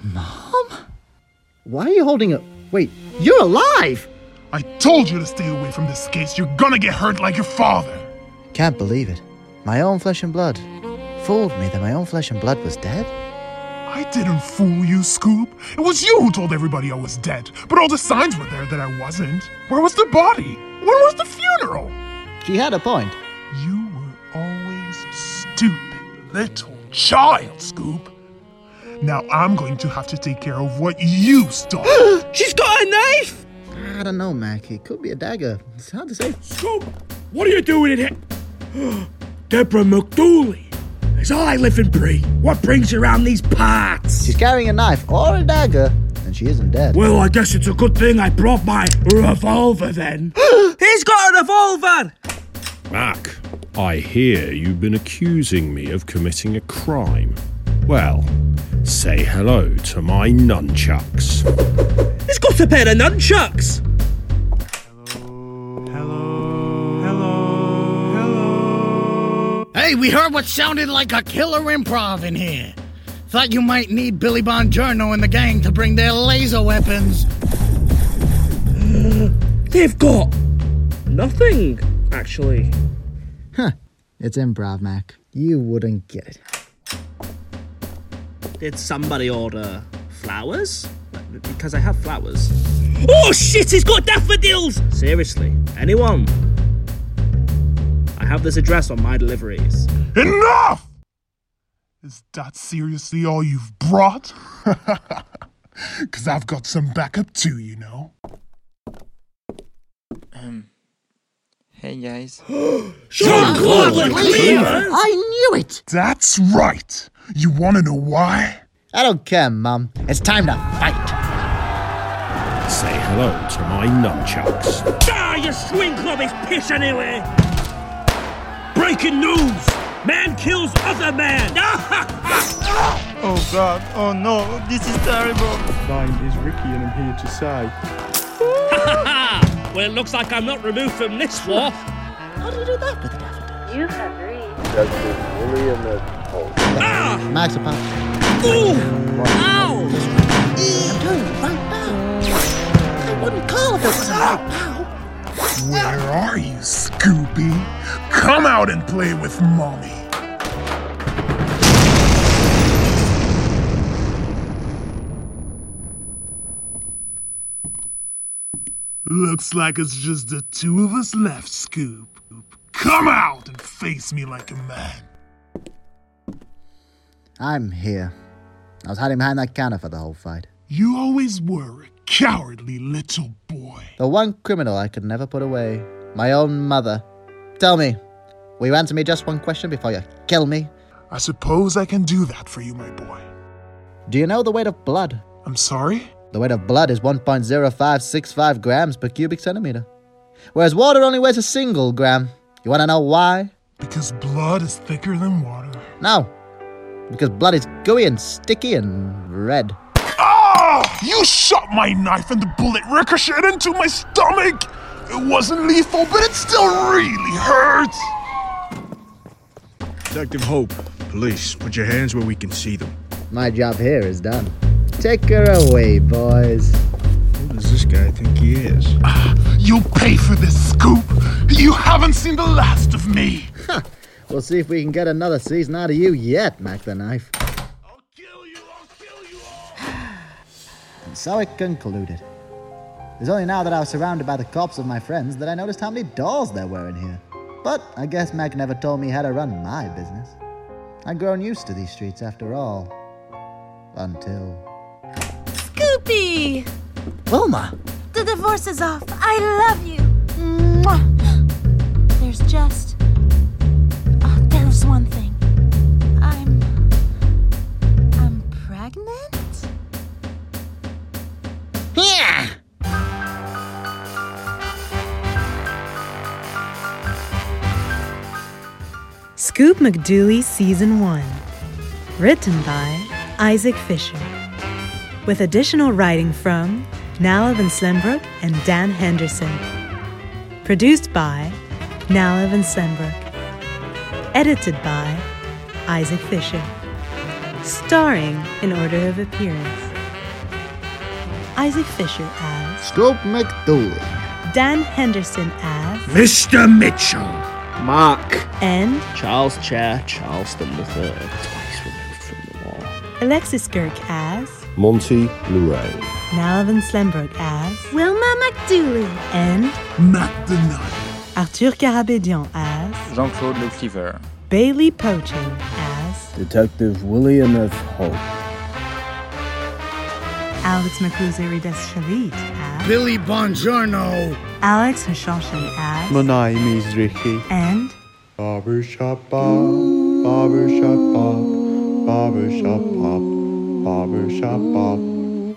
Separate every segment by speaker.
Speaker 1: Mom? Why are you holding up? Wait, you're alive!
Speaker 2: I told you to stay away from this case. You're gonna get hurt like your father.
Speaker 3: Can't believe it. My own flesh and blood. Fooled me that my own flesh and blood was dead?
Speaker 2: I didn't fool you, Scoop. It was you who told everybody I was dead, but all the signs were there that I wasn't. Where was the body? When was the funeral?
Speaker 1: She had a point.
Speaker 2: You were always stupid, little child, Scoop. Now I'm going to have to take care of what you stole.
Speaker 4: She's got a knife!
Speaker 1: I don't know, Mac. It could be a dagger. It's hard to say.
Speaker 4: Scoop, what are you doing in here? Deborah McDooley. It's all I live and breathe. What brings you around these parts?
Speaker 1: She's carrying a knife or a dagger, and she isn't dead.
Speaker 4: Well, I guess it's a good thing I brought my revolver then. He's got a revolver!
Speaker 5: Mac, I hear you've been accusing me of committing a crime. Well, say hello to my nunchucks.
Speaker 4: He's got a pair of nunchucks!
Speaker 6: Hey, we heard what sounded like a killer improv in here. Thought you might need Billy Bongiorno and the gang to bring their laser weapons.
Speaker 4: They've got nothing, actually.
Speaker 3: Huh. It's improv, Mac.
Speaker 1: You wouldn't get it.
Speaker 7: Did somebody order flowers? Because I have flowers.
Speaker 4: Oh shit, he's got daffodils!
Speaker 7: Seriously, anyone? I have this address on my deliveries.
Speaker 2: Enough! Is that seriously all you've brought? Because I've got some backup too, you know.
Speaker 8: Um. Hey guys.
Speaker 4: Jean Claude Leclerc!
Speaker 1: I knew it!
Speaker 2: That's right. You want to know why?
Speaker 1: I don't care, Mum. It's time to fight.
Speaker 5: Say hello to my nunchucks.
Speaker 4: Ah, your swing club is piss anyway! Breaking news! Man kills other man!
Speaker 8: Oh god. Oh no. This is terrible.
Speaker 9: My name is Ricky and I'm here to say.
Speaker 4: well, it looks like I'm not removed from this war.
Speaker 1: How do you do that with a daffodil?
Speaker 10: You have reached.
Speaker 4: Ah!
Speaker 1: Mac's a pop.
Speaker 4: Ooh! Ow!
Speaker 1: I'm doing it right now. I wouldn't call if it was right now.
Speaker 2: Where are you, Scooby? Come out and play with mommy. Looks like it's just the two of us left, Scoop. Come out and face me like a man.
Speaker 1: I'm here. I was hiding behind that counter for the whole fight.
Speaker 2: You always were a cowardly little boy.
Speaker 1: The one criminal I could never put away. My own mother. Tell me, will you answer me just one question before you kill me?
Speaker 2: I suppose I can do that for you, my boy.
Speaker 1: Do you know the weight of blood?
Speaker 2: I'm sorry?
Speaker 1: The weight of blood is 1.0565 grams per cubic centimeter, whereas water only weighs a single gram. You want to know why?
Speaker 2: Because blood is thicker than water.
Speaker 1: No. Because blood is gooey and sticky and red.
Speaker 2: Ah! You shot my knife and the bullet ricocheted into my stomach! It wasn't lethal, but it still really hurt!
Speaker 11: Detective Hope, police, put your hands where we can see them.
Speaker 1: My job here is done. Take her away, boys.
Speaker 11: Who does this guy think he is?
Speaker 2: You'll pay for this, Scoop! You haven't seen the last of me!
Speaker 1: We'll see if we can get another season out of you yet, Mac the Knife.
Speaker 2: I'll kill you! I'll kill you all!
Speaker 1: And so it concluded. It was only now that I was surrounded by the corpse of my friends that I noticed how many dolls there were in here. But I guess Mac never told me how to run my business. I'd grown used to these streets after all. Until.
Speaker 10: Scoopy!
Speaker 1: Wilma!
Speaker 10: The divorce is off. I love you. Mwah. There's just. Oh, there's one thing. I'm. I'm pregnant?
Speaker 1: Yeah!
Speaker 12: Scoop McDooley Season 1. Written by Isaac Fisher. With additional writing from Nala Van Slenbrook and Dan Henderson. Produced by Nala Van Slenbrook. Edited by Isaac Fisher. Starring in order of appearance Isaac Fisher as
Speaker 1: Scoop McDooley,
Speaker 12: Dan Henderson as
Speaker 4: Mr. Mitchell.
Speaker 7: Mark.
Speaker 12: and
Speaker 7: Charles Chair Charleston III, twice removed from the war.
Speaker 12: Alexis Girk as
Speaker 5: Monty Lorraine.
Speaker 12: Nalvin Slemberg as Wilma McDooley and
Speaker 2: Matt the Knife.
Speaker 12: Arthur Carabedian as
Speaker 13: Jean-Claude Lefevre.
Speaker 12: Bailey Pochin as
Speaker 14: Detective William F. Hope.
Speaker 12: Alex Mercuzeri Deschalit as
Speaker 6: Billy Bongiorno.
Speaker 12: Alex Hashanshi as
Speaker 9: My name is Ricky.
Speaker 12: and
Speaker 9: Barbershop Bob, Barbershop Bob, Barbershop Bob, Barbershop Bob.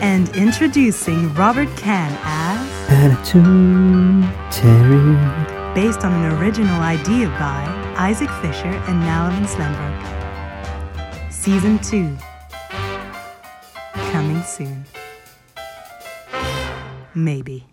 Speaker 12: and introducing Robert Can as
Speaker 15: Attitude, Terry.
Speaker 12: based on an original idea by Isaac Fisher and Nalvin Slemberg. Season 2 coming soon. Maybe.